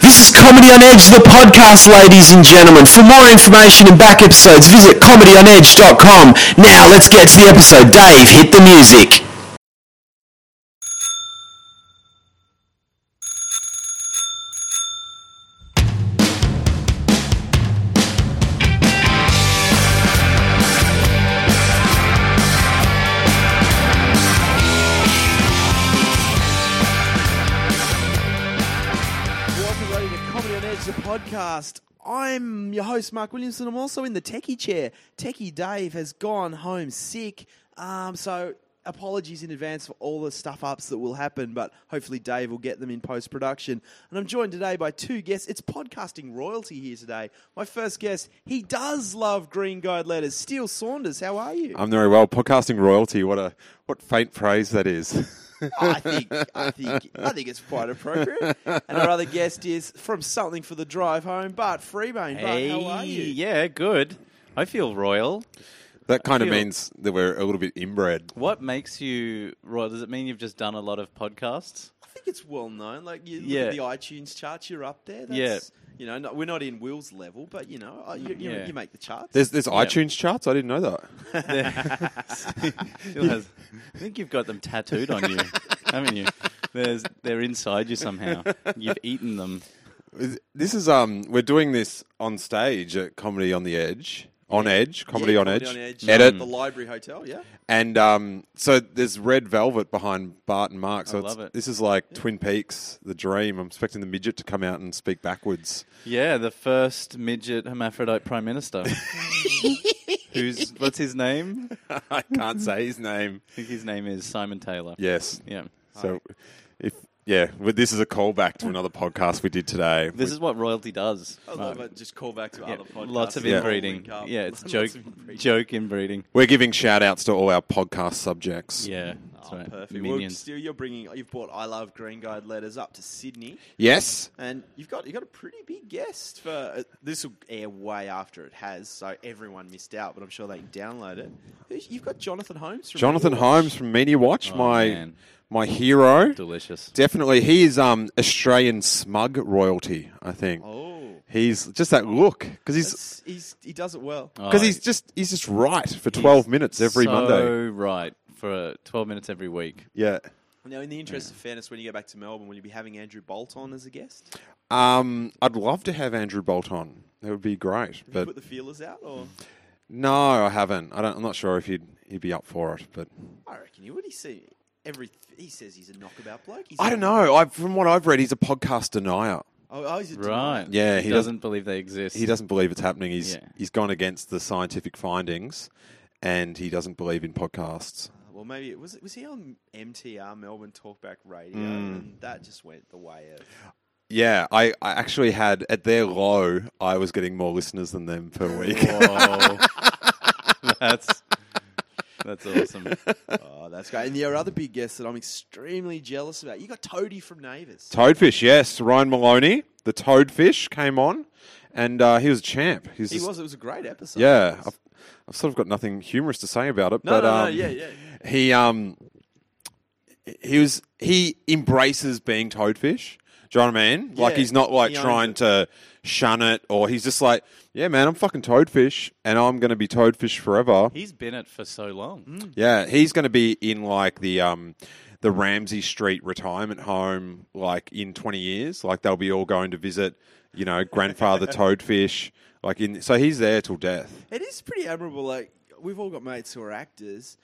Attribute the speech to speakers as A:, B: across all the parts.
A: This is Comedy on Edge, the podcast, ladies and gentlemen. For more information and back episodes, visit comedyonedge.com. Now, let's get to the episode. Dave, hit the music.
B: Welcome, everybody, to Comedy on Edge, the podcast. I'm your host, Mark Williamson. I'm also in the techie chair. Techie Dave has gone home sick, um, so apologies in advance for all the stuff ups that will happen, but hopefully Dave will get them in post production. And I'm joined today by two guests. It's podcasting royalty here today. My first guest, he does love Green Guide letters. Steele Saunders, how are you?
C: I'm very well. Podcasting royalty. What a what faint praise that is.
B: I think I think I think it's quite appropriate. And our other guest is from something for the drive home, Bart Freebane. Bart, how are you?
D: Yeah, good. I feel royal.
C: that kind of
D: feel-
C: means that we're a little bit inbred.
D: What makes you royal? Does it mean you've just done a lot of podcasts?
B: I think it's well known. Like you look
D: Yeah.
B: at the iTunes charts, you're up there. That's, You know, not, we're not in Will's level, but you know, uh, you, you,
D: Yeah.
B: you make the charts.
C: There's there's iTunes charts. I didn't know that.
D: Still has- I think you've got them tattooed on you, haven't you? There's, they're inside you somehow. You've eaten them.
C: Is- This is um we're doing this on stage at Comedy on the Edge. On Edge, Comedy,
B: Yeah,
C: on, edge. Um,
B: at
C: Edit.
B: Um, the Library Hotel. Yeah,
C: And um so there's red velvet behind Bart and Mark. So
D: I
C: it's,
D: love it.
C: this is like Twin Peaks, the dream. I'm expecting the midget to come out and speak backwards.
D: Yeah, the first midget hermaphrodite prime minister. Who's what's his name? I
C: I can't say his name.
D: think his name is Simon Taylor.
C: Yes.
D: Yeah.
C: So if yeah, well, this is a callback to another podcast we did today.
D: This is what royalty does.
B: I
D: Mark.
B: love it. Just call back to
D: Yeah,
B: other podcasts.
D: lots of
B: They all
D: inbreeding.
B: link up.
D: Yeah, it's
B: Lots
D: joke
B: of inbreeding.
D: joke inbreeding.
C: We're giving shout outs to all our podcast subjects.
D: Yeah, that's
B: Oh,
D: right.
B: perfect. Well,
D: Minions.
B: still, you're bringing. You've brought I Love Green Guide letters up to Sydney.
C: Yes.
B: And you've got you have got a pretty big guest for uh, this will air way after it has, so everyone missed out. But I'm sure they can download it. Who's- You've got Jonathan Holmes. From
C: Jonathan
B: Baywatch.
C: Holmes from Media Watch,
D: Oh,
C: my
D: man.
C: my hero.
D: Delicious.
C: Definitely, he is um, Australian smug royalty. I think
B: Oh,
C: he's just that look because he's
B: That's- he's, he does it well.
C: because he's just he's just right for twelve minutes every
D: so
C: Monday.
D: right for twelve minutes every week.
C: Yeah.
B: Now, in the interest of fairness, when you go back to Melbourne, will you be having Andrew Bolt on as a guest?
C: Um, I'd love to have Andrew Bolt on. That would be great.
B: Have you
C: But
B: put the feelers out, or
C: no, I haven't. I don't, I'm not sure if he'd he'd be up for it. But
B: I reckon he would. He see every he says he's a knockabout bloke. He's
C: I
B: a-
C: don't know. I from what I've read, he's a podcast denier.
B: Oh, oh, he's a
D: Right.
B: denier.
C: Yeah,
D: He
C: he
D: doesn't believe they exist.
C: he doesn't believe it's happening. He's
D: Yeah.
C: he's gone against the scientific findings, and he doesn't believe in podcasts.
B: Well, maybe it was. Was he on MTR Melbourne Talkback Radio?
C: Hmm.
B: And that just went the way of.
C: Yeah, I, I actually had at their low, I was getting more listeners than them per week.
D: Whoa. that's that's awesome.
B: Oh, that's great. And there are other big guests that I'm extremely jealous about. You got Toadie from Neighbours.
C: Toadfish, yes, Ryan Maloney, the Toadfish came on, and uh, he was a champ. He's
B: He
C: just-
B: was. It was a great episode.
C: Yeah, I've, I've sort of got nothing humorous to say about it.
B: No,
C: but,
B: no, no,
C: um,
B: yeah, yeah.
C: He um, he was he embraces being toadfish. Do you know what I mean? Like
B: Yeah,
C: he's not like
B: he owns
C: trying
B: it.
C: to shun it, or he's just like, yeah, man, I'm fucking toadfish, and I'm gonna be toadfish forever.
D: He's been it for so long.
C: yeah, he's gonna be in like the um. The Ramsey Street retirement home, like in twenty years, like they'll be all going to visit, you know, grandfather Toadfish, like in. So he's there till death.
B: It is pretty admirable. Like we've all got mates who are actors.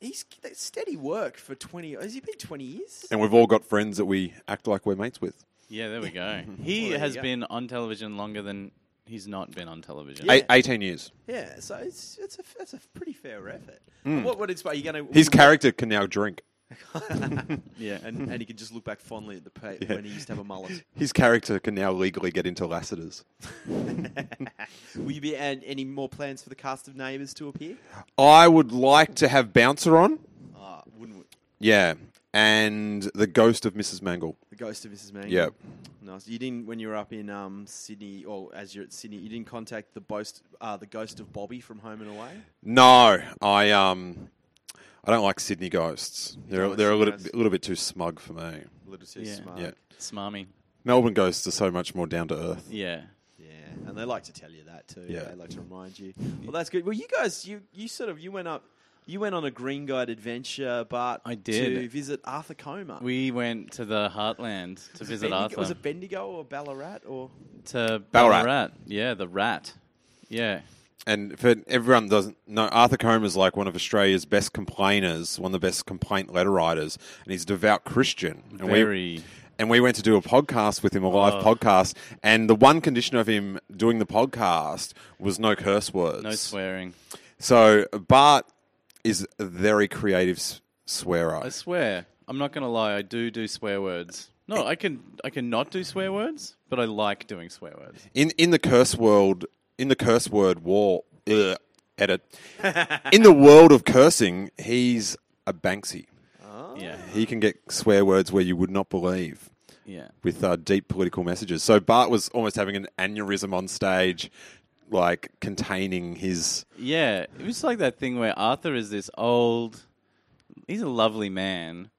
B: He's that's steady work for twenty. Has he been twenty years?
C: And we've all got friends that we act like we're mates with.
D: Yeah, there we go. He
B: Well, there
D: has
B: you go.
D: been on television longer than he's not been on television.
B: Yeah.
C: Eight, 18 years.
B: Yeah. So it's it's a that's a pretty fair effort. What what inspire you going to
C: His character can now drink.
D: Yeah.
B: and and he can just look back fondly at the pa- when he used to have a mullet.
C: His character can now legally get into Lassiter's.
B: Will you be and any more plans for the cast of Neighbours to appear?
C: I would like to have Bouncer on.
B: Ah, wouldn't we?
C: Yeah. And the ghost of Mrs. Mangle.
B: The ghost of Mrs. Mangan.
C: Yep.
B: Nice. You didn't when you were up in um, Sydney, or as you're at Sydney, you didn't contact the boast, uh, the ghost of Bobby from Home and Away.
C: No, I um, I don't like Sydney ghosts. They're
B: don't like
C: they're a
B: Sydney
C: little,
B: ghosts?
C: a little bit too smug for me.
B: A little too
D: Yeah.
B: smart.
C: Yeah.
D: Smarmy.
C: Melbourne ghosts are so much more down to earth.
D: Yeah.
B: Yeah, and they like to tell you that too.
C: Yeah.
B: they like to remind you. Well, that's good. Well, you guys, you you sort of you went up, you went on a Green Guide adventure, Bart.
D: I did.
B: to visit Arthur Coma.
D: We went to the Heartland to visit
B: Bendigo-
D: Arthur.
B: Was it Bendigo or Ballarat or?
D: to
C: Ballarat.
D: Yeah, the rat. Yeah.
C: And for everyone that doesn't know, Arthur Comer is like one of Australia's best complainers, one of the best complaint letter writers, and he's a devout Christian. And
D: Very. Oh.
C: We, and we went to do a podcast with him, a live podcast, and the one condition of him doing the podcast was no curse words.
D: No swearing.
C: So Bart is a very creative s- swearer.
D: I swear. I'm not gonna lie. I do do swear words. No, I can. I can not do swear words, but I like doing swear words.
C: in in the curse world in the curse word war ugh, edit in the world of cursing he's a banksy
D: Yeah.
C: he can get swear words where you would not believe
D: Yeah.
C: with uh, deep political messages so bart was almost having an aneurysm on stage like containing his
D: Yeah. It was like that thing where Arthur is this old. He's a lovely man,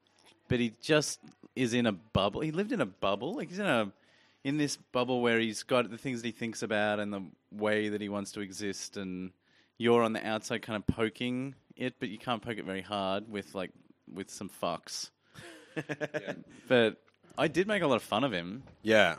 D: but he just is in a bubble. He lived in a bubble. Like he's in a. In this bubble where he's got the things that he thinks about and the way that he wants to exist, and you're on the outside kind of poking it, but you can't poke it very hard with like with some fucks. But I did make a lot of fun of him.
C: yeah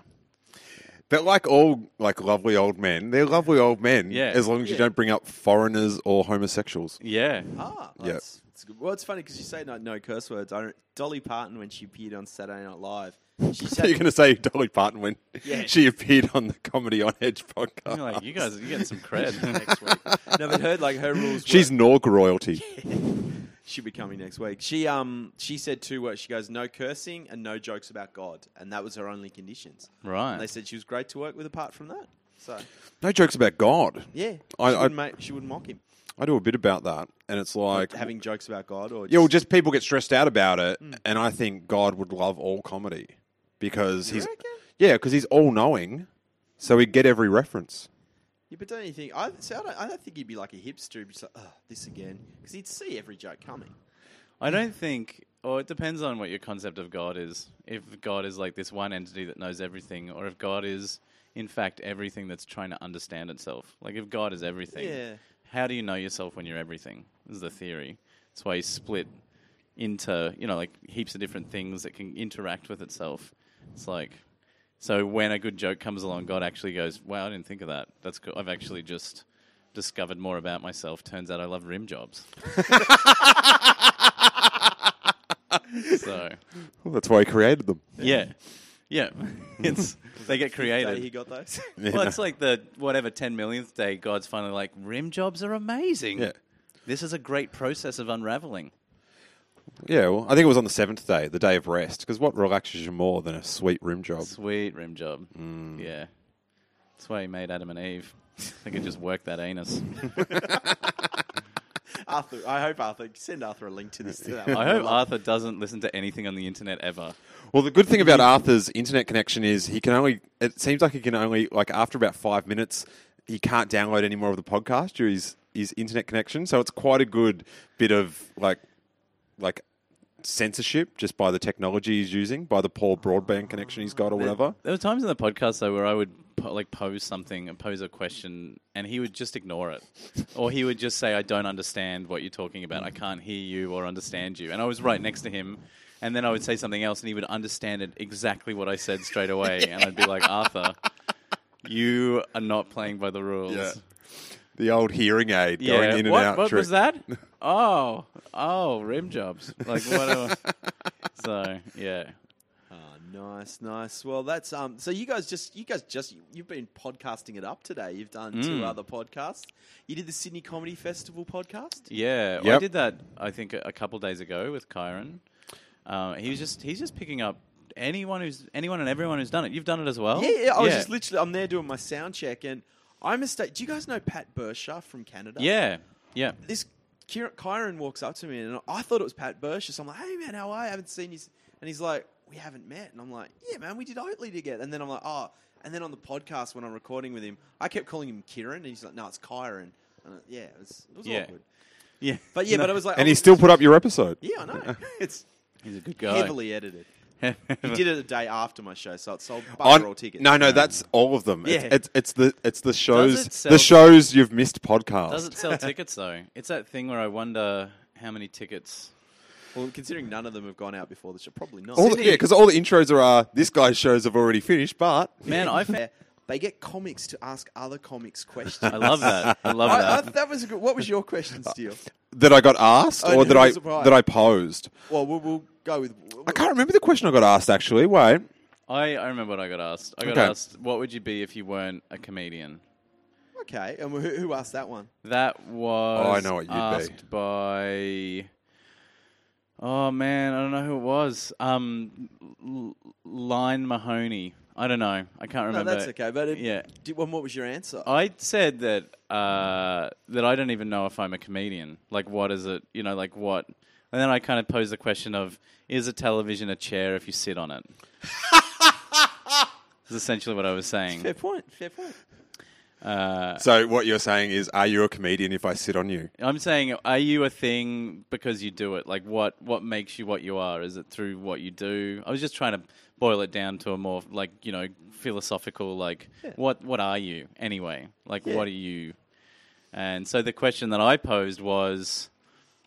C: but like all like lovely old men they're lovely old men
D: Yeah.
C: as long as you don't bring up foreigners or homosexuals
D: Yeah,
B: Ah,
C: Yeah.
B: that's, that's good. Well, it's funny because you say no, no curse words. I don't, Dolly Parton when she appeared on Saturday Night Live, she
C: You're
B: said,
C: going to say Dolly Parton when
B: Yeah.
C: she appeared on the Comedy on Edge podcast.
D: You're like you guys, you get some cred.
B: next week. No, but her like her rules. were-
C: She's Norg royalty.
B: She'll be coming next week. She um she said two words. She goes, no cursing and no jokes about God, and that was her only conditions. And they
D: right?
B: said she was great to work with apart from that. So
C: No jokes about God.
B: yeah,
C: I-
B: she,
C: I-
B: wouldn't make, she wouldn't mock him
C: I do a bit about that, and it's like
B: having jokes about God or
C: yeah, well,
B: just,
C: just people get stressed out about it, and I think God would love all comedy because he's
B: reckon?
C: yeah, because he's all knowing, so he'd get every reference.
B: yeah, but don't you think? I so I don't, I don't think he'd be like a hipster. He'd be just like, oh, this again, because he'd see every joke coming.
D: I don't think, or it depends on what your concept of God is. If God is like this one entity that knows everything, or if God is in fact everything that's trying to understand itself. Like if God is everything,
B: Yeah.
D: how do you know yourself when you're everything? Is the theory. That's why you split into you know like heaps of different things that can interact with itself. It's like so when a good joke comes along, God actually goes, "Wow, I didn't think of that. That's cool. I've actually just discovered more about myself. Turns out I love rim jobs." so
C: Well, that's why he created them.
D: yeah, yeah, it's they get
B: Day he
D: created.
B: got those.
D: Well, it's like the whatever ten millionth day, God's finally like, "Rim jobs are amazing.
C: Yeah.
D: This is a great process of unraveling."
C: Yeah, well, I think it was on the seventh day, the day of rest, because what relaxes you more than a sweet rim job?
D: Sweet rim job. Yeah. That's why he made Adam and Eve. They could just work that anus.
B: Arthur, I hope Arthur send Arthur a link to this. To that
D: I hope Arthur doesn't listen to anything on the internet ever.
C: Well, the good thing about Arthur's internet connection is he can only. It seems like he can only like after about five minutes, he can't download any more of the podcast due to his his internet connection. So it's quite a good bit of like like censorship just by the technology he's using, by the poor broadband connection he's got or whatever.
D: There were times in the podcast though where I would po- like pose something and pose a question, and he would just ignore it, or he would just say, "I don't understand what you're talking about. I can't hear you or understand you." And I was right next to him, and then I would say something else, and he would understand it exactly what I said straight away, and I'd be like, "Arthur, you are not playing by the rules."
C: Yeah. The old hearing aid going in
D: what,
C: and out.
D: What
C: trick.
D: was that? Oh, oh, rim jobs. Like whatever. so yeah,
B: Oh, nice, nice. Well, that's um. So you guys just you guys just you've been podcasting it up today. You've done two other podcasts. You did the Sydney Comedy Festival podcast.
D: yeah. I
C: Yep.
D: did that. I think a a couple days ago with Kyron. Uh, he was just he's just picking up anyone who's anyone and everyone who's done it. You've done it as well.
B: Yeah, yeah. I was just literally I'm there doing my sound check and I mistake. Do you guys know Pat Bersha from Canada?
D: yeah, yeah.
B: This Kieran, Kyron walks up to me and I thought it was Pat Bersha. So I'm like, hey man, how are you? I haven't seen you. s-" And he's like, we haven't met. And I'm like, yeah man, we did Oatley together. And then I'm like, oh. And then on the podcast when I'm recording with him, I kept calling him Kieran, and he's like, no, it's Kyron. And I, yeah, it was, it was
D: Yeah.
B: awkward.
D: Yeah,
B: But yeah,
D: No,
B: but I was like,
C: and
B: I
C: he
B: was-
C: still put up your episode.
B: Yeah, I know. it's
D: he's a good guy.
B: heavily edited. He did it a day after my show, so it sold
C: On-
B: bugger all tickets.
C: No, no, that's all of them.
B: Yeah.
C: It's, it's it's the it's the shows
D: Um, it sell-
C: the shows you've missed podcast.
D: Does it sell tickets though? It's that thing where I wonder how many tickets.
B: Well, considering none of them have gone out before the show, probably not.
C: All the, yeah, because all the intros are uh, this guy's shows have already finished, but
D: Man, I found,
B: Where they get comics to ask other comics questions.
D: I love that. I love
B: I, I,
D: that.
B: that was a good, what was your question, Steele?
C: that I got asked
B: Oh,
C: or
B: no,
C: that I
B: surprise.
C: that I posed.
B: Well, we'll, we'll go with.
C: I can't remember the question I got asked actually. Wait,
D: I, I remember what I got asked. I got
C: Okay.
D: asked, what would you be if you weren't a comedian?
B: Okay, and who, who asked that one?
D: That was
C: Oh, know what you'd be.
D: asked by. Oh man, I don't know who it was. Um, L- L- Line Mahoney. I don't know. I can't
B: No,
D: remember.
B: that's okay. But it,
D: Yeah.
B: Did, well, what was your answer?
D: I said that uh, that I don't even know if I'm a comedian. Like, what is it? You know, like what? And then I kind of posed the question of: Is a television a chair if you sit on it? Is essentially what I was
B: fair
D: saying.
B: point. Fair point.
D: Uh,
C: so what you're saying is, are you a comedian if I sit on you?
D: I'm saying, are you a thing because you do it? Like, what what makes you what you are? Is it through what you do? I was just trying to boil it down to a more like you know philosophical like what what are you anyway? Like, what are you? And so the question that I posed was,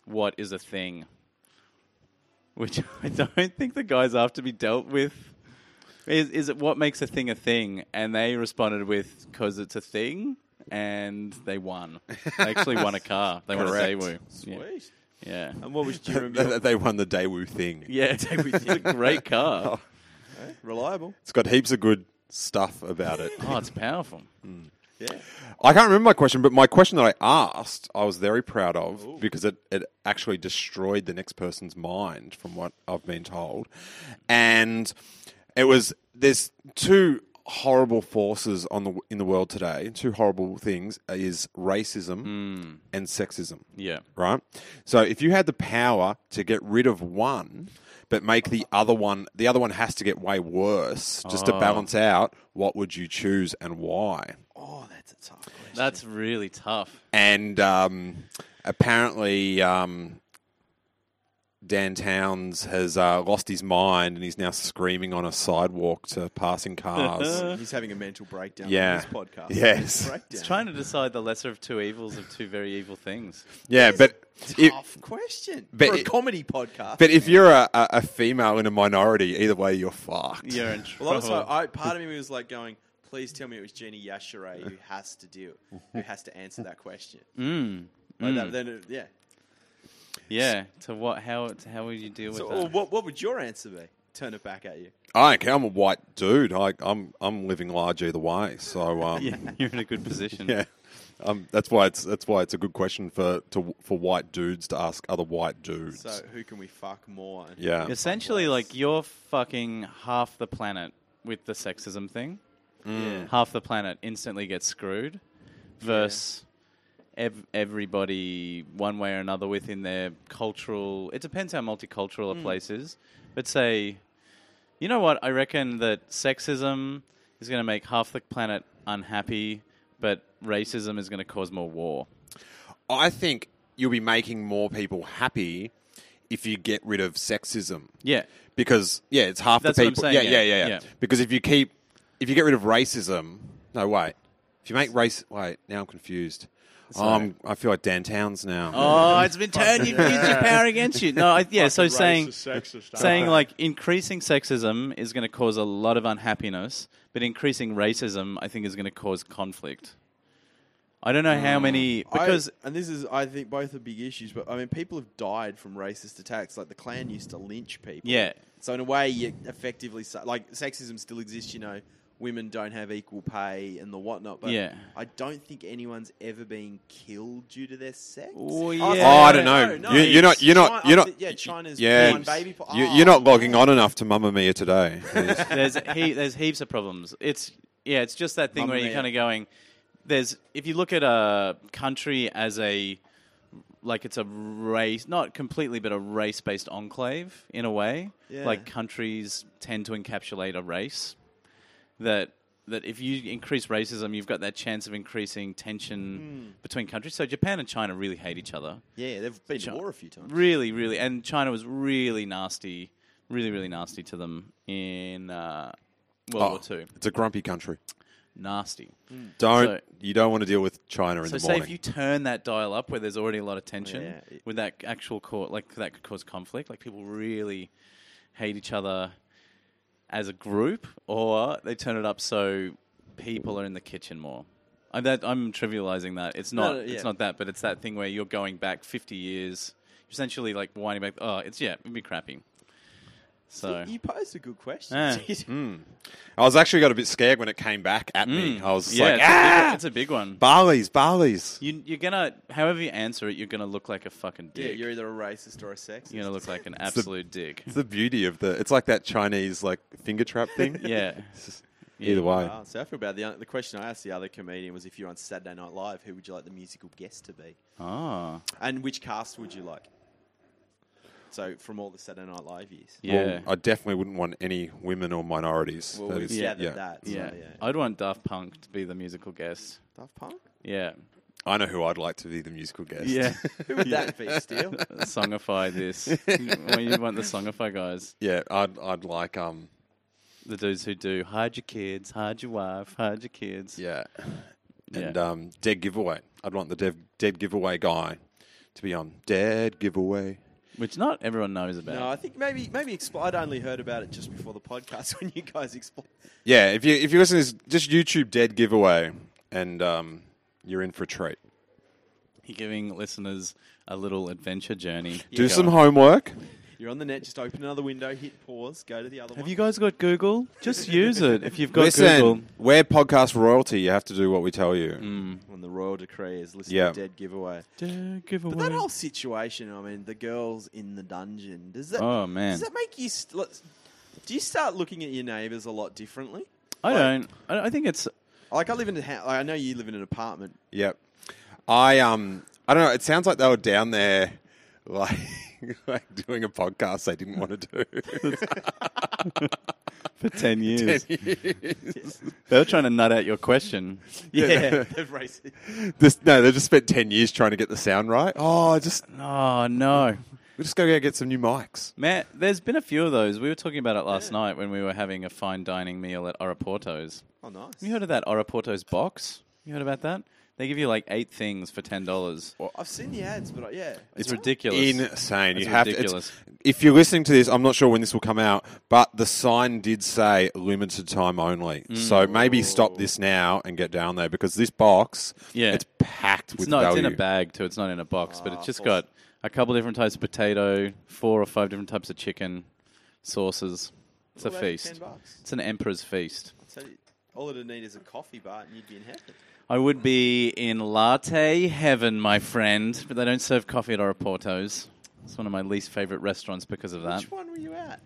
D: what is a thing? Which I don't think the guys after me dealt with. Is is it what makes a thing a thing? And they responded with because it's a thing, and they won. They actually won a car. They
C: Correct.
D: won a Daewoo. Yeah.
B: Sweet.
D: yeah.
B: And what was your
C: They they won the Daewoo thing.
D: Yeah, Daewoo. it's a great car.
B: reliable?
C: It's got heaps of good stuff about it.
D: Oh, it's powerful.
B: Yeah.
C: I can't remember my question, but my question that I asked, I was very proud of because it, it actually destroyed the next person's mind, from what I've been told. And it was there's two horrible forces on the in the world today. Two horrible things is racism and sexism.
D: Yeah.
C: Right. So if you had the power to get rid of one, but make the other one, the other one has to get way worse just to balance out. What would you choose and why?
B: Oh, that's a tough question.
D: That's really tough.
C: and um, apparently um, Dan Towns has uh, lost his mind and he's now screaming on a sidewalk to passing cars.
B: He's having a mental breakdown. on
C: yeah,
B: This podcast.
C: Yes,
B: Breakdown.
D: It's trying to decide the lesser of two evils of two very evil things.
C: yeah, but. If,
B: Tough question
C: But
B: for a
C: it-
B: comedy podcast.
C: but if you're a, a a female in a minority, either way, you're fucked.
D: You're in
B: well,
D: trouble.
B: also, I, part of me was like going, "Please tell me it was Jenny Yashere who has to do, who has to answer that question."
D: Mm,
B: Like that, then, it, yeah.
D: yeah. To what? How? To how would you deal with
B: So, oh,
D: that?
B: well, what, what would your answer be? Turn it back at you.
C: I don't care. I'm a white dude. I, I'm I'm living large either way. So um,
D: yeah, you're in a good position.
C: yeah. Um, that's why it's that's why it's a good question for to for white dudes to ask other white dudes.
B: So, who can we fuck more? And
C: yeah,
D: Essentially, like you're fucking half the planet with the sexism thing. Half the planet instantly gets screwed. Versus ev- everybody, one way or another, within their cultural. It depends how multicultural a place is. But say, you know what? I reckon that sexism is going to make half the planet unhappy, but racism is going to cause more war.
C: I think you'll be making more people happy if you get rid of sexism.
D: Yeah.
C: Because yeah, it's half
D: That's
C: the
D: what I'm
C: people.
D: saying,
C: yeah,
D: yeah,
C: yeah, yeah, yeah,
D: yeah.
C: Because if you keep if you get rid of racism, no wait. If you make race, wait. Now I'm confused. Oh, I'm, I feel like Dan Towns now.
D: Oh, it's been turned. You've used your power against you. No, I, yeah. So
E: Fucking
D: saying,
E: racist, sexist,
D: saying
E: aren't
D: like increasing sexism is going to cause a lot of unhappiness, but increasing racism, I think, is going to cause conflict. I don't know how
E: Mm,
D: many because
B: I, and this is I think both are big issues, but I mean people have died from racist attacks. Like the Klan used to lynch people.
D: yeah,
B: So in a way, you effectively sa- like sexism still exists. You know, women don't have equal pay and the whatnot. But
D: Yeah.
B: I don't think anyone's ever been killed due to their sex.
D: Oh,
B: Oh,
D: yeah. Oh, I don't
C: know. You- you're not- you're not-
B: China-
C: you're not-
B: Yeah, China's
C: yeah,
B: one baby. Po-
C: you,
B: oh,
C: you're not logging on enough to Mamma Mia today.
D: there's he, there's heaps of problems. It's yeah, it's just that thing
B: Mamma
D: where you're
B: mia.
D: kind of going. There's if you look at a country as a like it's a race, not completely, but a race based enclave in a way.
B: Yeah.
D: Like countries tend to encapsulate a race. That that if you increase racism, you've got that chance of increasing
B: Hmm.
D: tension between countries. So Japan and China really hate each other
B: Yeah, they've been to
D: Chi-
B: war a few times.
D: really, really, and China was really nasty really, really nasty to them in uh, World
C: Oh.
D: War Two.
C: It's a grumpy country.
D: Nasty.
C: Don't
D: So-
C: you don't want to deal with China in
D: So
C: the
D: say
C: morning.
D: if you turn that dial up where there's already a lot of tension,
B: Yeah, yeah.
D: would that actual court like that could cause conflict? Like people really hate each other as a group, or they turn it up so people are in the kitchen more. I'm that I'm trivializing that. It's
B: No,
D: not
B: no, yeah.
D: it's not that, but it's that thing where you're going back 50 years, essentially like winding back. Oh, it's yeah, it'd be crappy. So Ah. Hmm.
B: You posed a good question.
D: Yeah.
C: I was actually got a bit scared when it came back at me. I was just
D: Mm.
C: like,
D: hmm. yeah, it's, a
C: ah,
D: big, it's a big one.
C: Barley's, Barley's.
D: You, you're gonna, however you answer it, you're gonna look like a fucking dick.
B: Yeah, you're either a racist or a sexist.
D: You're gonna look like an absolute dick.
C: It's the beauty of the. It's like that Chinese like finger trap thing.
D: Yeah.
C: It's just-
D: Yeah.
C: Either way,
B: Wow, Ah, so I feel bad. The, the question I asked the other comedian was if you're on Saturday Night Live, who would you like the musical guest to be?
D: Oh.
B: And which cast would you like? So from all the Saturday Night Live years.
D: Yeah.
C: Well, I definitely wouldn't want any women or minorities.
B: Well,
C: That
B: we've
C: is-
B: gathered
C: yeah.
B: that. So,
D: yeah.
B: yeah.
D: I'd want Daft Punk to be the musical guest.
B: Daft Punk?
D: Yeah.
C: I know who I'd like to be the musical guest.
B: Who would that be, Steele?
D: Songify this. well, you want the Songify guys,
C: yeah. I'd I'd like um.
D: the dudes who do hide your kids, hide your wife, hide your kids.
C: Yeah. And
D: Yeah.
C: um, dead giveaway. I'd want the dev, dead giveaway guy to be on dead giveaway.
D: Which not everyone knows about.
B: No, I think maybe maybe expl- I'd only heard about it just before the podcast when you guys explained.
C: Yeah. If you if you listen to this, just YouTube dead giveaway, and um, you're in for a treat.
D: You're giving listeners a little adventure journey.
C: Do some homework.
B: You're on the net, just open another window, hit pause, go to the other
D: Have
B: one.
D: you guys got Google? Just use it if you've got
C: Listen,
D: Google.
C: we're podcast royalty. You have to do what we tell you.
B: When the royal decree is listen
C: Yeah.
B: to dead giveaway.
D: Dare giveaway.
B: But that whole situation, I mean, the girls in the dungeon. Does that?
D: Oh, man.
B: Does that make you? St- look- do you start looking at your neighbours a lot differently?
D: I don't. I I think it's
B: Like I live in a house. I know you live in an apartment.
C: Yep. I um I don't know, it sounds like they were down there like like doing a podcast they didn't want to do.
D: for ten years. they were trying to nut out your question.
C: Yeah.
B: they're racist.
C: this no, they just spent ten years trying to get the sound right. Oh just
D: Oh no,
C: we just gotta go get some new mics.
D: Matt. There's been a few of those. We were talking about it last night when we were having a fine dining meal at Oraporto's.
B: Oh, nice.
D: Have you heard of that Oraporto's box? You heard about that? They give you like eight things for ten dollars.
B: I've seen the ads, but I, yeah,
D: It's ridiculous.
C: Insane.
D: That's
C: you have
D: ridiculous.
C: To, it's- if you're listening to this, I'm not sure when this will come out, but the sign did say limited time only. So
D: Mm.
C: maybe stop this now and get down there because this box
D: Yeah.
C: it's packed
D: it's
C: with
D: not.
C: value.
D: It's in a bag too. It's not in a box, but
B: Ah,
D: it's just
B: awesome.
D: got a couple different types of potato, four or five different types of chicken, sauces. It's a
B: All over
D: feast.
B: 10 bucks.
D: It's an emperor's feast.
B: So all it'd need is a coffee bar, and you'd be in heaven.
D: I would be in latte heaven, my friend, but they don't serve coffee at Oraporto's. It's one of my least favorite restaurants because of that.
B: Which one were you at?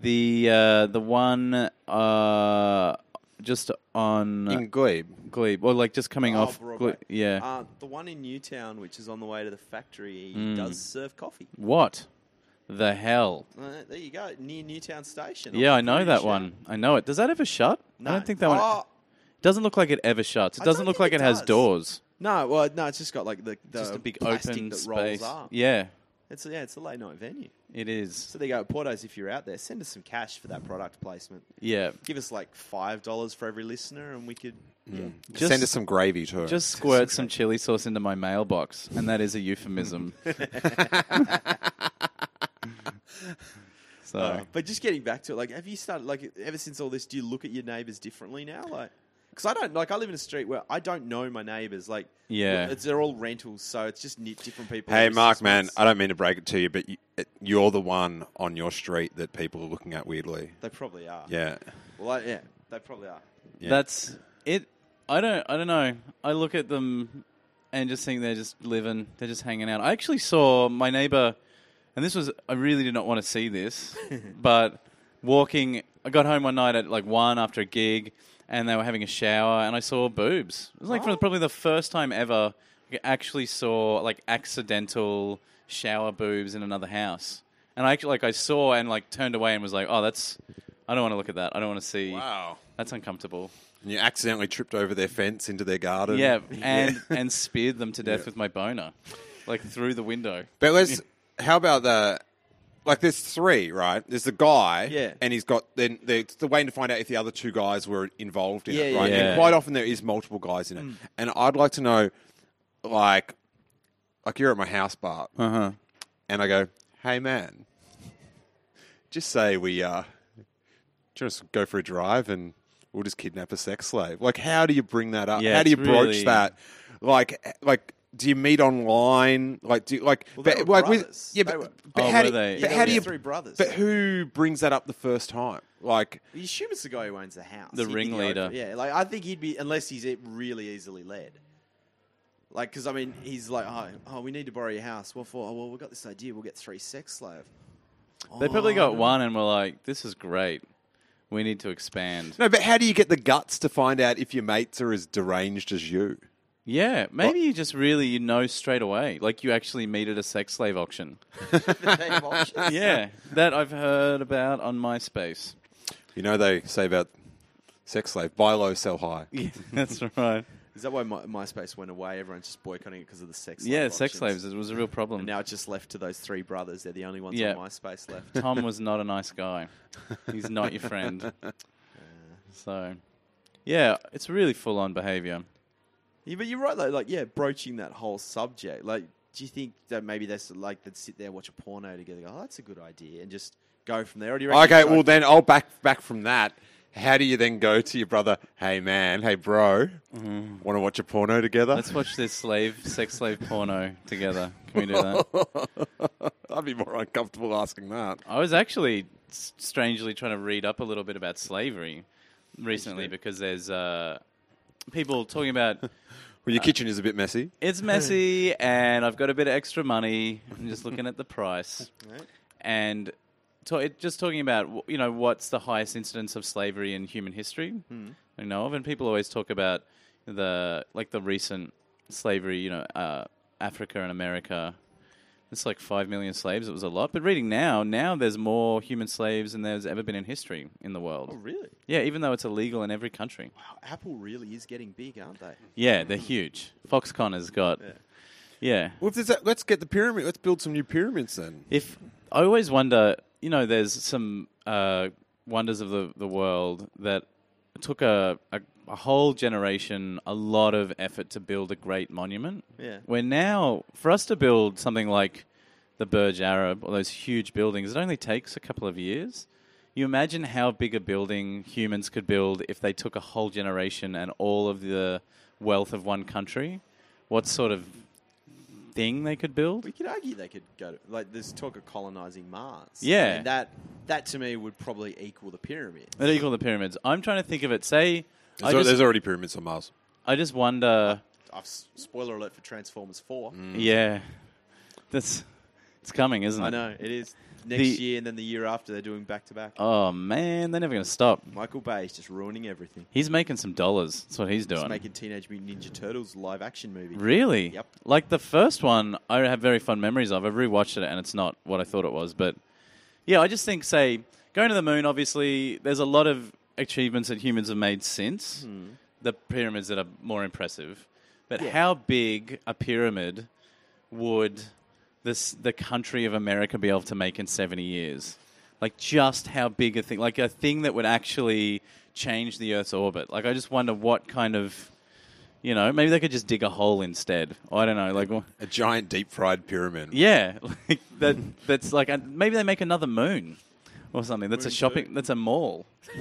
D: The uh, the one uh, just on uh,
C: in Glebe.
D: Glebe, or like just coming
B: Oh,
D: off.
B: Broadway.
D: Glebe- yeah.
B: Uh, the one in Newtown, which is on the way to the factory,
D: Mm.
B: does serve coffee.
D: what the hell?
B: Uh, there you go, near Newtown Station.
D: Yeah,
B: I'm
D: I know
B: pretty
D: that
B: sure.
D: one. I know it. Does that ever shut?
B: No.
D: I don't think that one.
B: Oh,
D: doesn't look like it ever shuts. It
B: I don't
D: doesn't look
B: think
D: like
B: it
D: it, has
B: does.
D: doors.
B: No, well, no, it's just got like the, the
D: Just a big
B: plastic
D: open
B: that
D: space.
B: rolls up.
D: Yeah,
B: It's yeah, it's a late night venue.
D: it is.
B: So there you go, Portos. If you're out there, send us some cash for that product placement.
D: Yeah.
B: Give us like five dollars for every listener, and we could. Yeah.
D: Just-
C: Send us some gravy too.
D: Just squirt some chili sauce into my mailbox, and that is a euphemism. so
B: Uh, but just getting back to it, like, have you started like ever since all this? Do you look at your neighbors differently now? Like, because I don't like I live in a street where I don't know my neighbors. Like,
D: Yeah.
B: it's, they're all rentals, so it's just ni- different people.
C: Hey,
B: every
C: Mark,
B: six
C: man,
B: months.
C: I don't mean to break it to you, but you, it- you're the one on your street that people are looking at weirdly.
B: they probably are.
C: Yeah.
B: well, I, yeah, they probably are.
C: Yeah.
D: that's it. I don't. I don't know. I look at them and just think they're just living. They're just hanging out. I actually saw my neighbor, and this was. I really did not want to see this, but walking. I got home one night at like one after a gig, and they were having a shower, and I saw boobs. It was like
C: Oh.
D: for probably the first time ever I actually saw like accidental shower boobs in another house. And I actually like I saw and like turned away and was like, oh, that's. I don't want to look at that. I don't want to see.
C: Wow.
D: That's uncomfortable.
C: And you accidentally tripped over their fence into their garden.
D: Yeah, and and speared them to death with my boner, like through the window.
C: But let's. How about the. like there's three, right? There's the guy,
B: Yeah.
C: and he's got then the, it's the way to find out if the other two guys were involved in it,
B: Yeah, Mm.
C: right?
D: yeah.
C: And quite often there is multiple guys in it, and I'd like to know, like, like you're at my house, Bart,
D: Uh huh.
C: and I go, "Hey, man, just say we uh, just go for a drive, and we'll just kidnap a sex slave." Like, how do you bring that up?
D: Yeah,
C: how do you
D: it's
C: broach
D: really-
C: that? Like, like. Do you meet online? Like, do you, like,
B: Well, they were
C: like
B: brothers.
C: yeah,
B: They
C: but,
B: were-
C: but
D: Oh,
C: how
D: were
C: do,
D: they?
C: but
D: Yeah,
C: how
D: they
C: do
D: were
C: you
B: three brothers?
C: but who brings that up the first time? Like,
B: You assume it's the guy who owns the house.
D: The
B: He'd be
D: ringleader.
B: open- yeah, like I think he'd be unless he's e- really easily led. Like, because I mean, he's like, oh, oh, we need to borrow your house. What for? Oh, well, we've got this idea. We'll get three sex slave.
D: They probably
B: Oh,
D: got
B: no.
D: one and were like, "This is great. We need to expand."
C: no, but how do you get the guts to find out if your mates are as deranged as you?
D: Yeah, maybe you just really you know straight away, like you actually meet at a sex slave auction.
B: They have options.
D: Yeah, that I've heard about on MySpace.
C: You know, they say about sex slave buy low, sell high.
D: Yeah, that's right.
B: Is that why My, MySpace went away? Everyone's just boycotting it because of the sex. slave
D: Yeah, sex
B: options.
D: slaves it was a real problem.
B: And now it's just left to those three brothers. They're the only ones
D: Yeah.
B: on MySpace left.
D: Tom was not a nice guy. He's not your friend. So, yeah, it's really full on behavior.
B: Yeah, but you're right though. Like, yeah, broaching that whole subject. Like, do you think that maybe that's like they'd sit there watch a porno together? Go, oh, that's a good idea, and just go from there. Or do you reckon
C: Okay,
B: try-
C: well then I'll back back from that. How do you then go to your brother? Hey man, hey bro, want to watch a porno together?
D: Let's watch this slave, sex slave porno together. Can we do that?
C: I'd be more uncomfortable asking that.
D: I was actually s- strangely trying to read up a little bit about slavery recently because there's uh, people talking about
C: Well, your kitchen is a bit messy.
D: it's messy and I've got a bit of extra money. I'm just looking at the price. And to, it, just talking about, wh- you know, what's the highest incidence of slavery in human history
B: Hmm.
D: I know of. And people always talk about the, like the recent slavery, you know, uh, Africa and America. It's like 5 million slaves. It was a lot. But reading now, now there's more human slaves than there's ever been in history in the world.
B: Oh, really?
D: Yeah, even though it's illegal in every country.
B: Wow, Apple really is getting big, aren't they?
D: Yeah, they're huge. Foxconn has got. Yeah.
C: Well, if there's that, let's get the pyramid. Let's build some new pyramids then.
D: If I always wonder, you know, there's some uh, wonders of the, the world that took a, a, a whole generation, a lot of effort to build a great monument.
B: Yeah.
D: Where now, for us to build something like the Burj Arab or those huge buildings, it only takes a couple of years. You imagine how big a building humans could build if they took a whole generation and all of the wealth of one country. What sort of thing they could build?
B: We could argue they could go to like there's talk of colonizing Mars.
D: Yeah.
B: and that that to me would probably equal the pyramid.
D: That equal the pyramids. I'm trying to think of it. Say, I
C: There's, al-
D: just,
C: there's already pyramids on Mars.
D: I just wonder.
B: I've, s- spoiler alert for Transformers Four.
D: Mm. Yeah, that's it's coming, isn't it?
B: Hmm. I know it is next
D: The-
B: year, and then the year after they're doing back to back.
D: Oh man, they're never going to stop.
B: Michael Bay is just ruining everything.
D: He's making some dollars. That's what he's doing.
B: He's making Teenage Mutant Ninja Turtles live action movie.
D: Really?
B: Yep.
D: Like the first one, I have very fond memories of. I've rewatched it, and it's not what I thought it was. But yeah, I just think, say, going to the moon. Obviously, there's a lot of achievements that humans have made since
B: Hmm.
D: the pyramids that are more impressive. But how big a pyramid would this the country of America be able to make in 70 years? Like just how big a thing, like a thing that would actually change the Earth's orbit. Like I just wonder what kind of you know, maybe they could just dig a hole instead. I don't know. Like, wha-
C: A giant deep fried pyramid.
D: yeah, like that. That's like a, maybe they make another moon or something. That's a
B: Moon
D: shopping.
B: two.
D: That's a mall.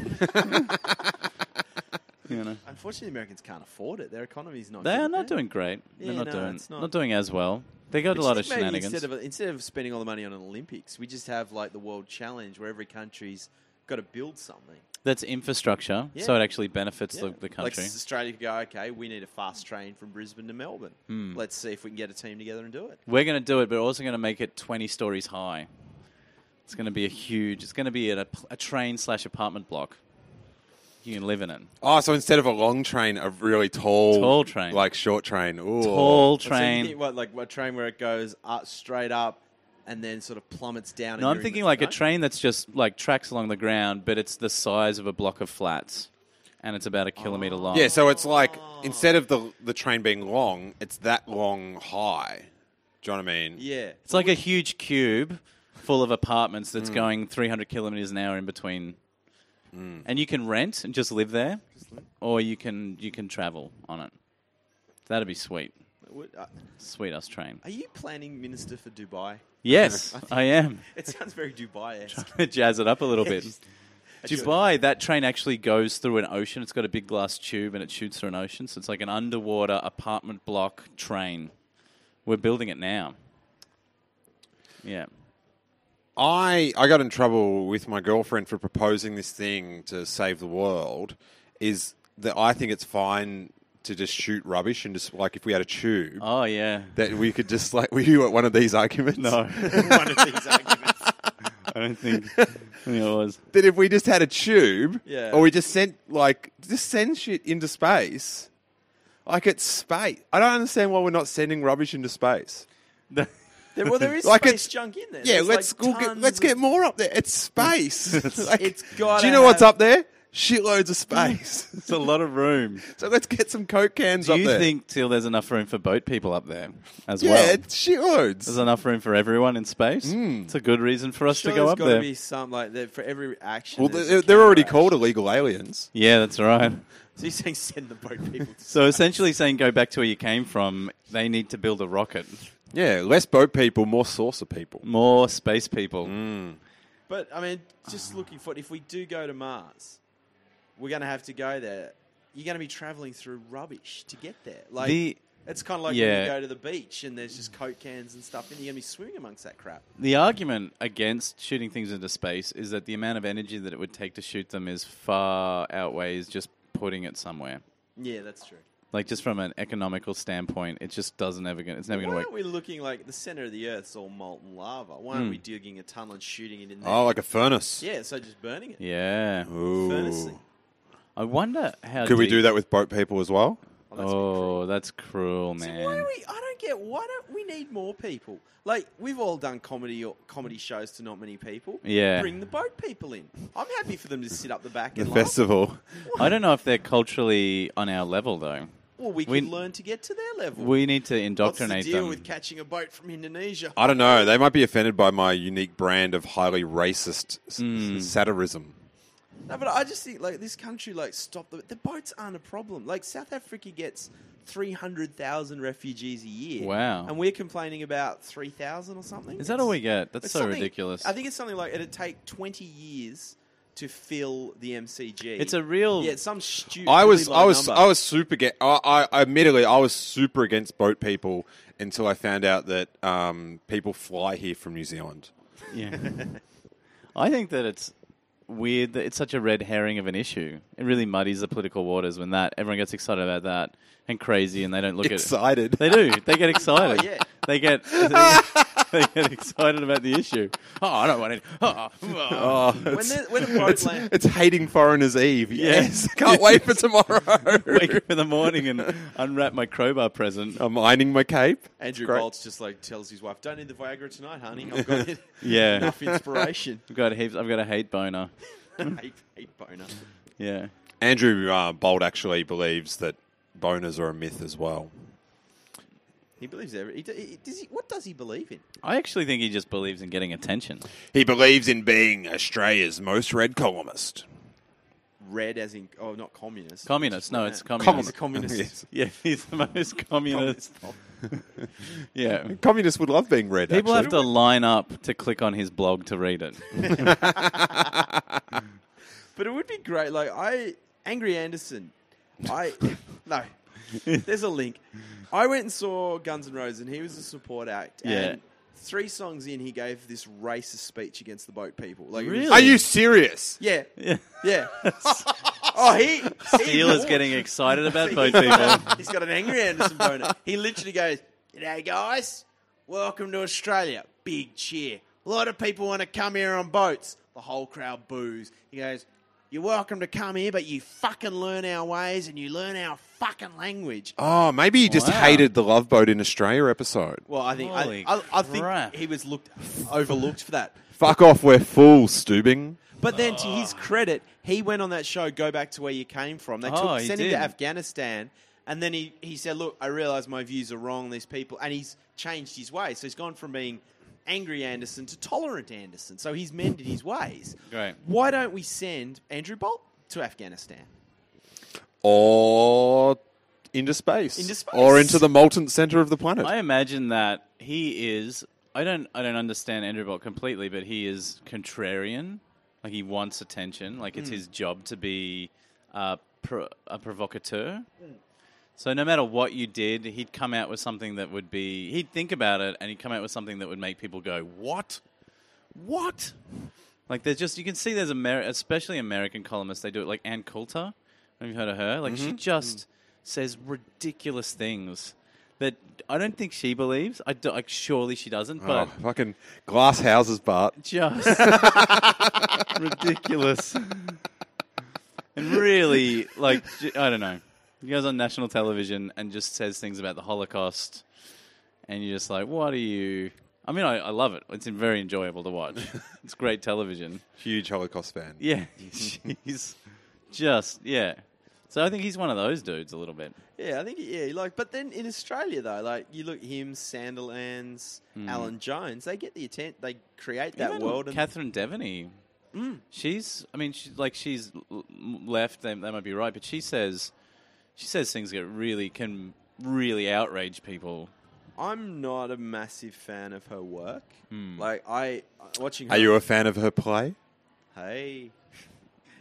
D: you know,
B: Unfortunately, Americans can't afford it. Their economy's not.
D: they
B: good,
D: are not
B: eh?
D: doing great. They're
B: Yeah,
D: not
B: no,
D: doing
B: it's
D: not.
B: not.
D: doing as well. They got a lot of
B: Just maybe
D: shenanigans.
B: Instead of, instead of spending all the money on an Olympics, we just have like the World Challenge where every country's got to build something.
D: that's infrastructure, so
B: Yeah.
D: it actually benefits
B: Yeah.
D: the, the country.
B: Like Australia could go, okay, we need a fast train from Brisbane to Melbourne.
D: Hmm.
B: Let's see if we can get a team together and do it.
D: We're going to do it, but we're also going to make it twenty stories high. It's going to be a huge. It's going to be at a, a train slash apartment block. You can live in it.
C: Oh, so instead of a long train, a really tall,
D: Tall train.
C: like short train. Ooh.
D: Tall
B: So you
D: train.
B: think, what, like a train where it goes up, straight up and then sort of plummets down. and
D: No,
B: you're
D: I'm
B: in
D: thinking
B: the-
D: like a
B: no?
D: train that's just like tracks along the ground, but it's the size of a block of flats, and it's about a
B: Oh.
D: kilometer long.
C: Yeah, so it's like instead of the the train being long, it's that long high. Do you know what I mean?
B: Yeah.
D: it's like a huge cube full of apartments that's
B: Hmm.
D: going 300 kilometers an hour in between.
B: Hmm.
D: And you can rent and just live there, or you can you can travel on it. That'd be sweet.
B: Would- uh,
D: Sweet us train.
B: Are you planning minister for Dubai?
D: Yes, I am.
B: It sounds very Dubai-esque.
D: Jazz it up a little bit.
B: Just-
D: Dubai, that train actually goes through an ocean. It's got a big glass tube and it shoots through an ocean. So it's like an underwater apartment block train. We're building it now. Yeah.
C: I I got in trouble with my girlfriend for proposing this thing to save the world. Is that I think it's fine to just shoot rubbish and just like if we had a tube
D: Oh, yeah.
C: that we could just like were you at one of these arguments?
D: No,
B: one of these arguments.
D: I don't think, I think it was.
C: That if we just had a tube,
B: Yeah.
C: or we just sent like just send shit into space, like it's space. I don't understand why we're not sending rubbish into space.
B: There, well, there is
C: Like
B: space
C: it's-
B: junk in there.
C: Yeah,
B: There's,
C: let's
B: like,
C: go get,
B: tons
C: let's
B: of-
C: get more up there. It's space. Like,
B: It's gotta
C: Do you know what's
B: have-
C: up there? Shitloads of space.
D: It's a lot of room.
C: so let's get some coke cans
D: Do
C: up
D: you
C: there.
D: think, Till, there's enough room for boat people up there as
C: yeah,
D: well?
C: it's shitloads.
D: There's enough room for everyone in space. It's a good reason for us
B: Sure,
D: to go
B: there's
D: up
B: gotta
D: there.
B: be some like that for every action.
C: Well,
B: there's
C: they're,
B: a
C: they're already
B: counteraction.
C: called illegal aliens.
D: Yeah, that's right.
B: So you're saying send the boat people? To...
D: So essentially saying go back to where you came from, they need to build a rocket.
C: Yeah, less boat people, more saucer people.
D: More space people.
B: But I mean, just
D: Ah.
B: looking forward. If we do go to Mars, we're going to have to go there. You're going to be traveling through rubbish to get there. Like
D: The-
B: it's kind of like when
D: Yeah.
B: you go to the beach and there's just coke cans and stuff, and you're going to be swimming amongst that crap.
D: The argument against shooting things into space is that the amount of energy that it would take to shoot them is far outweighs just putting it somewhere.
B: Yeah, that's true.
D: Like just from an economical standpoint, it just doesn't ever gonna, it's never going
B: Why
D: to work.
B: aren't we looking like the center of the Earth's all molten lava? Why
D: Hmm.
B: aren't we digging a tunnel and shooting it in there?
C: Oh, like a furnace.
B: yeah, so just burning it.
D: yeah.
C: Ooh.
B: Furnace.
D: I wonder how
C: Could we
D: deep-
C: do that with boat people as well?
B: Oh, that's
D: Oh, that's cruel,
B: So
D: man.
B: why do we? I don't get why don't we need more people? Like we've all done comedy or comedy shows to not many people.
D: Yeah.
B: bring the boat people in. I'm happy for them to sit up the back
C: The
B: and laugh.
C: festival.
D: I don't know if they're culturally on our level though.
B: Well, we can
D: We-
B: learn to get to their level.
D: We need to
B: What's the
D: indoctrinate
B: deal
D: them.
B: with catching a boat from Indonesia?
C: I don't know. They might be offended by my unique brand of highly racist s-
D: Hmm.
C: satirism.
B: No, but I just think like this country like stop the the boats aren't a problem. Like South Africa gets three hundred thousand refugees a year.
D: Wow.
B: and we're complaining about three thousand or something.
D: Is that
B: It's-
D: all we get? That's
B: It's
D: so
B: something-
D: ridiculous.
B: I think it's something like it'd take 20 years to fill the MCG.
D: It's a real-
B: Yeah, it's some stupid.
C: I was,
B: really low
C: I was,
B: number.
C: I was super. Ge- I, I, admittedly, I was super against boat people until I found out that um, people fly here from New Zealand.
D: Yeah. I think that it's weird that it's such a red herring of an issue. It really muddies the political waters when that everyone gets excited about that and crazy and they don't look at
C: Excited.
D: They do. They get excited.
B: yeah.
D: They get they, get excited about the issue. Oh, I don't want it. Oh, oh.
C: Oh,
B: When,
C: it's,
B: the, when a boat
C: it's,
B: land,
C: it's hating foreigners Eve. Yes, can't wait for tomorrow.
D: Wake up in the morning and unwrap my crowbar present.
C: I'm ironing my cape.
B: Andrew
C: Great.
B: Bolt's just like tells his wife, "Don't need the Viagra tonight, honey. I've got it.
D: Yeah.
B: enough inspiration."
D: I've got heaps I've got a hate boner.
B: hate, hate boner.
D: Yeah.
C: Andrew uh, Bolt actually believes that boners are a myth as well.
B: He believes every. He, d- he, does he, what does he believe in?
D: I actually think he just believes in getting attention.
C: He believes in being Australia's most read columnist.
B: Red as in oh, not communist.
D: Communist. No, it's communist.
B: He's a communist.
C: Yes.
D: Yeah, he's the most communist. yeah.
C: Communists would love being read.
D: People
C: actually.
D: have to line up to click on his blog to read it.
B: But it would be great. Like I, Angry Anderson, I no. There's a link. I went and saw Guns N' Roses, and he was a support act.
D: Yeah.
B: And three songs in, he gave this racist speech against the boat people. Like, it was-
D: Really?
C: Are you serious?
B: Yeah,
D: Yeah.
B: yeah. oh, he.
D: Deal is
B: he-
D: getting excited about boat people.
B: He's got an Angry Anderson boner. He literally goes, "G'day, guys. Welcome to Australia. Big cheer. A lot of people want to come here on boats. The whole crowd boos." He goes, "You're welcome to come here, but you fucking learn our ways and you learn our fucking language."
C: Oh, maybe he just
D: Wow.
C: hated the Love Boat in Australia episode.
B: Well, I think I,
D: Holy
B: I, I
D: crap.
B: think he was looked overlooked for that.
C: Fuck off, we're fools, Stubing.
B: But then, to
D: Ah.
B: his credit, he went on that show. Go back to where you came from. They took,
D: Oh, he
B: sent him
D: did.
B: to Afghanistan, and then he, he said, "Look, I realize my views are wrong. These people," and he's changed his way. So he's gone from being angry Anderson to tolerant Anderson. So he's mended his ways.
D: Great.
B: Why don't we send Andrew Bolt to Afghanistan?
C: Or into space.
B: Into space.
C: Or into the molten center of the planet.
D: I imagine that he is. I don't. I don't understand Andrew Bolt completely, but he is contrarian. Like he wants attention. Like it's his job to be uh, pro, a provocateur. So no matter what you did, he'd come out with something that would be. He'd think about it, and he'd come out with something that would make people go, "What? What?" Like there's just you can see there's Ameri- especially American columnists they do it like Ann Coulter. Have you heard of her? Like she just says ridiculous things that I don't think she believes. I do, like surely she doesn't,
C: oh,
D: but
C: fucking glass houses, Bart.
D: just ridiculous and really like j- I don't know. He goes on national television and just says things about the Holocaust, and you're just like, what are you? I mean, I, I love it. It's very enjoyable to watch. It's great television.
C: Huge Holocaust fan.
D: Yeah,
B: Mm-hmm.
D: she's just yeah. So I think he's one of those dudes a little bit.
B: Yeah, I think yeah, like but then in Australia though, like you look at him, Sanderlands, Alan Jones, they get the intent, they create that
D: Hmm. Even
B: world. And, Mm.
D: Catherine Devaney. She's. I mean, she's like she's l- m- left. They, they might be right, but she says she says things that really can really outrage people.
B: I'm not a massive fan of her work.
D: Hmm.
B: Like I watching. Her,
C: Are you a fan of her play?
B: Hey.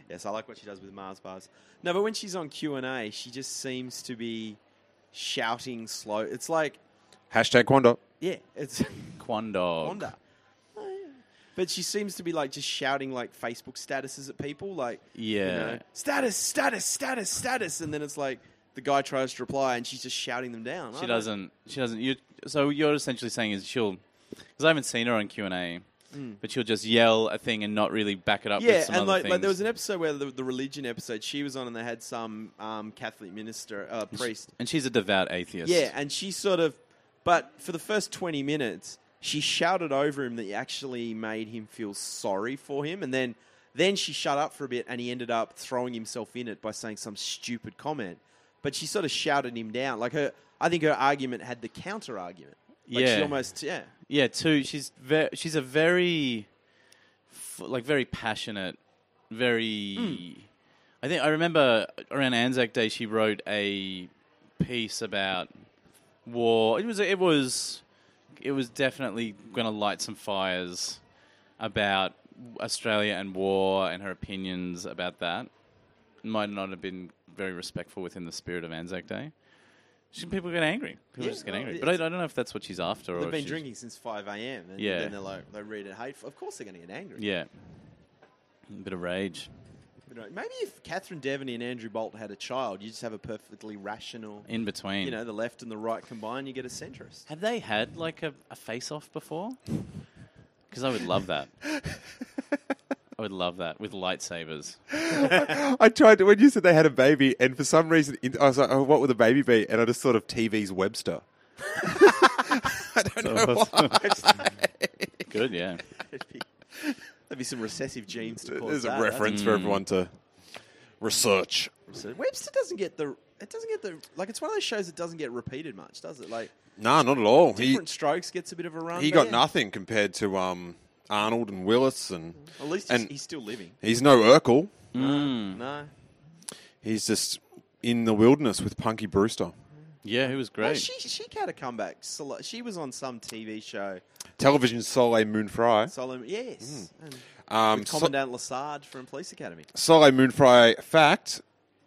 B: Yes, I like what she does with Mars bars. No, but when she's on Q and A, she just seems to be shouting slow. It's like
C: Hashtag Quando.
B: yeah, it's
D: Quandog.
B: Wanda. Oh, But she seems to be like just shouting like Facebook statuses at people, like
D: Yeah.
B: status, status, status, status, and then it's like the guy tries to reply and she's just shouting them down. I
D: She
B: don't-
D: doesn't. She doesn't. You. So you're essentially saying is she'll. Because I haven't seen her on Q and A, but she'll just yell a thing and not really back it up.
B: Mm. Yeah,
D: with some
B: and
D: other
B: like, like there was
D: things.
B: an episode where the, the religion episode she was on, and they had some um, Catholic minister, uh, priest.
D: and she's a devout atheist.
B: Yeah, and she sort of, but for the first twenty minutes, she shouted over him that actually made him feel sorry for him, and then then she shut up for a bit, and he ended up throwing himself in it by saying some stupid comment. But she sort of shouted him down. Like her, I think her argument had the counter argument. Like she
D: Yeah.
B: almost yeah.
D: Yeah, too. She's very, she's a very, f- like very passionate, very.
B: Hmm.
D: I think I remember around Anzac Day she wrote a piece about war. It was it was it was definitely going to light some fires about Australia and war and her opinions about that. Might not have been very respectful within the spirit of Anzac Day. She- People get angry. People
B: Yeah,
D: just get
B: well,
D: angry. But I, I
B: it's-
D: don't know if that's what she's after.
B: They've
D: or if
B: been
D: Oh, she's-
B: drinking since five a.m. and
D: Yeah.
B: then they're like they read it hateful. Of course they're going to get angry.
D: Yeah. A bit of rage.
B: You know, Maybe if Catherine Devaney and Andrew Bolt had a child, you just have a perfectly rational.
D: In between.
C: Mm.
B: You know, the left and the right combine, you get a centrist.
D: Have they had like a, a face off before? Because I would love that. I would love that with lightsabers.
C: I tried to, when you said they had a baby, and for some reason, in- I was like, oh, what would the baby be? And I just thought of TV's Webster. I don't know why.
D: Good, yeah.
B: That'd be, that'd be some recessive genes to cause
C: There's a
B: that,
C: reference for everyone to research.
B: that's- so Webster doesn't get the. It doesn't get the. Like, it's one of those shows that doesn't get repeated much, does it? Like,
C: Nah, not at all. He,
B: different strokes gets a bit of a run.
C: he
B: but
C: got
B: yeah,
C: nothing compared to um, Arnold and Willis, and
B: At least he's,
C: and Mm.
B: he's still living.
C: he's no Urkel.
B: No.
C: He's just in the wilderness with Punky Brewster.
D: Yeah, it was
B: Well,
D: great.
B: she, she had a comeback. Sol- She was on some TV show.
C: Television Soleil Moon Frye.
B: Solomon, yes. And
C: Um,
B: with Commandant Lassard from Police Academy.
C: So- Soleil Moon Frye, fact,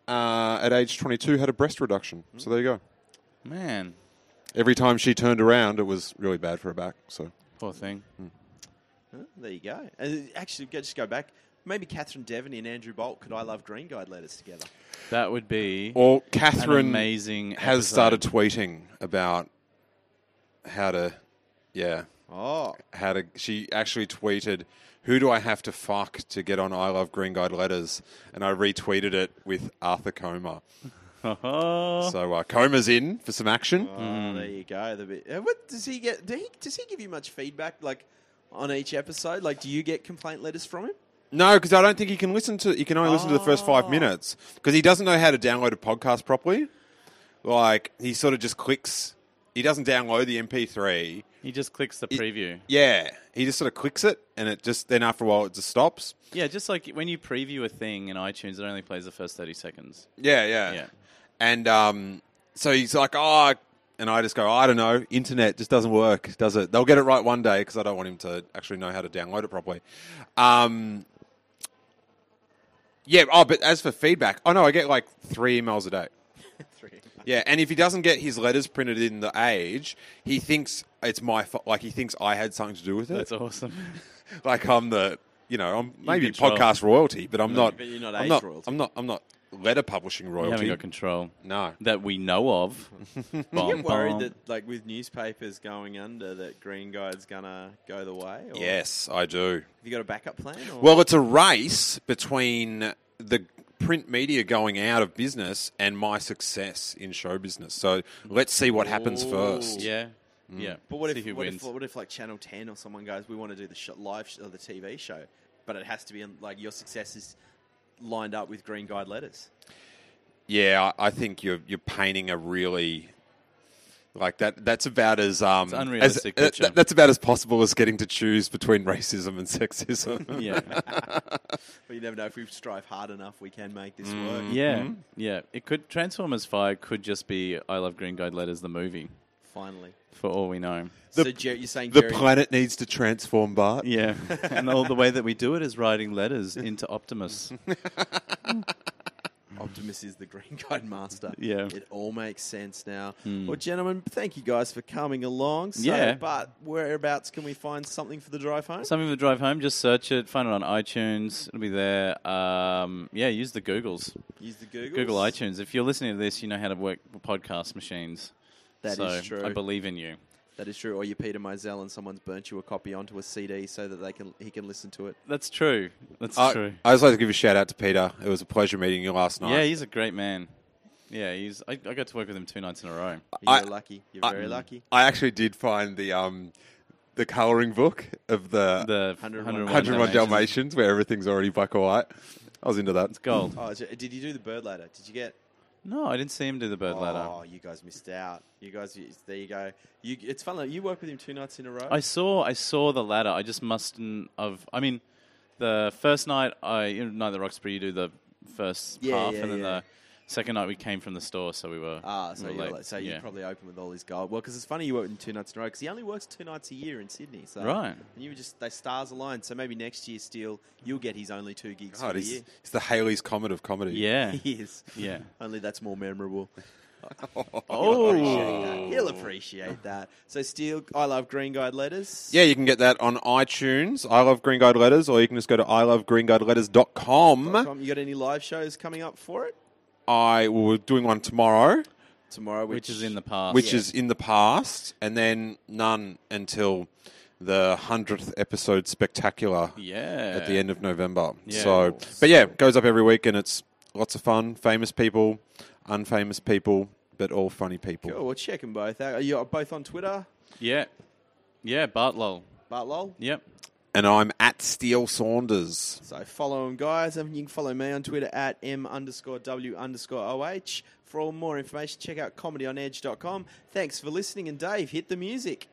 C: uh, at age 22 had a breast reduction.
B: Hmm.
C: So there you go.
D: Man,
C: Every time she turned around, it was really bad for her back. So
D: poor thing.
B: Huh, there you go. And actually, go- just go back. Maybe Catherine Devaney and Andrew Bolt could I Love Green Guide letters together.
D: That would be
C: Well,
D: an
C: Catherine
D: amazing.
C: has
D: episode.
C: started tweeting about how to, yeah,
B: Oh,
C: how to. She actually tweeted, "Who do I have to fuck to get on I Love Green Guide letters?" And I retweeted it with Arthur Coma.
D: Oh,
C: So uh, Coma's in for some action.
B: Oh,
D: Hmm.
B: there you go. The bit. uh, What does he get? Does he, does he give you much feedback, like on each episode? Like, do you get complaint letters from him?
C: No, because I don't think he can listen to. He can only listen to the first five minutes because he doesn't know how to download a podcast properly. Like he sort of just clicks. He doesn't download the MP3.
D: He just clicks the preview.
C: Yeah, he just sort of clicks it, and it just then after a while it just stops.
D: Yeah, just like when you preview a thing in iTunes, it only plays the first 30 seconds.
C: Yeah, yeah,
D: Yeah.
C: And um, so he's like, oh, and I just go, I don't know, internet just doesn't work, does it? They'll get it right one day because I don't want him to actually know how to download it properly. Um, yeah. Oh, but as for feedback, oh no, I get like three emails a day. Yeah, and if he doesn't get his letters printed in the age, he thinks it's my fault. Like he thinks I had something to do with it.
D: That's awesome.
C: like I'm the you know I'm maybe
D: control.
C: podcast royalty, but I'm not.
F: but you're not
C: I'm
F: age
C: not,
F: royalty.
C: I'm not. I'm not letter publishing
D: You
C: royalty.
D: haven't got control.
C: No.
D: That we know of. Bom,
B: I'm worried
D: bom.
B: that, like, with newspapers going under, that Green Guide's gonna go the way. Or
C: Yes, I do.
B: Have you got a backup plan? Or?
C: Well, it's a race between the print media going out of business and my success in show business. So let's see what happens
B: Ooh.
C: first.
D: Yeah. Yeah.
B: Mm. but what
D: See
B: if
D: who
B: what
D: wins.
B: if what if like Channel Ten or someone goes, we want to do the sh- live sh- or the TV show, but it has to be in, like your success is lined up with Green Guide letters.
C: Yeah, I I think you're you're painting a really like that. That's about as um as-
D: unrealistic
C: uh,
D: picture.
C: that's about as possible as getting to choose between racism and sexism.
D: yeah.
B: But you never know if we strive hard enough, we can make this work.
D: Mm, Yeah. Yeah. It could Transformers 5 could just be I love Green Guide Letters the movie
B: Finally,
D: for all we know.
B: so Jer- you're saying
C: The
B: Jerry,
C: planet needs to transform, Bart.
D: Yeah. and all the way that we do it is writing letters into Optimus.
B: Optimus is the Green Guide master.
D: Yeah. Hmm.
B: It all makes sense now. Well, gentlemen, thank you guys for coming along. So,
D: Yeah.
B: But whereabouts can we find something for the drive home?
D: Something for the drive home, just search it, find it on iTunes, it'll be there. Um, yeah, use the Googles.
B: Use the Google.
D: Google iTunes. If you're listening to this, you know how to work podcast machines.
B: That is
D: so
B: true.
D: I believe in you.
B: That is true. Or you're Peter Moselle and someone's burnt you a copy onto a CD so that they can he can listen to it.
D: That's true. That's
C: I,
D: true.
C: I just like to give a shout out to Peter. It was a pleasure meeting you last night.
D: Yeah, he's a great man. Yeah, he's. I, I got to work with him two nights in a row.
B: You're
C: I-
B: lucky. You're
C: I-
B: very
D: Mm.
B: lucky.
C: I actually did find the um the coloring book of the,
D: The
B: 101
C: 101
D: Dalmatians.
C: Dalmatians where everything's already black or white. I was into that.
D: It's gold.
B: Oh, is it- did you do the bird ladder? Did you get?
D: No, I didn't see him do the bird
B: Oh,
D: ladder.
B: you guys missed out. You guys, there you go. You, it's fun. though. You work with him two nights in a row.
D: I saw. I saw the ladder. I just mustn't have. I mean, the first night I you know, night the Roxbury, you do the first
B: Yeah,
D: half,
B: yeah,
D: and then
B: yeah.
D: the second night we came from the store, so we were.
B: Ah, so
D: we
B: you
D: were late.
B: like, so you
D: Yeah.
B: probably open with all his gold. Well, because it's funny you work in two nights in a row because he only works two nights a year in Sydney. So
D: Right.
B: and you were just they stars aligned. So maybe next year, Steele, you'll get his only two gigs
C: God,
B: for the
C: he's,
B: year.
C: he's the Haley's Comet of comedy.
D: Yeah.
B: He is.
D: Yeah.
B: only that's more memorable.
D: Oh.
B: He'll appreciate that. So Steele, I love Green Guide letters.
C: Yeah, you can get that on iTunes, I Love Green Guide Letters, or you can just go to ilovegreenguideletters.com.
B: You got any live shows coming up for it
C: I well, we're doing one tomorrow,
B: tomorrow?
D: Which is in the
B: Oh,
D: past.
C: which is in the past, and then none until the 100th episode spectacular
D: yeah.
C: at the end of November.
D: Yeah.
C: So, but yeah, goes up every week, and it's lots of fun. Famous people, unfamous people, but all funny people.
B: Cool. We'll check them both out. Are you both on Twitter?
D: Yeah. Yeah. Bartlol.
B: Bart Lol.
D: Yep.
C: And I'm at Steele Saunders.
B: So follow them, guys. And you can follow me on Twitter at m underscore w underscore oh. For all more information, check out comedyonedge.com. Thanks for listening. And Dave, hit the music.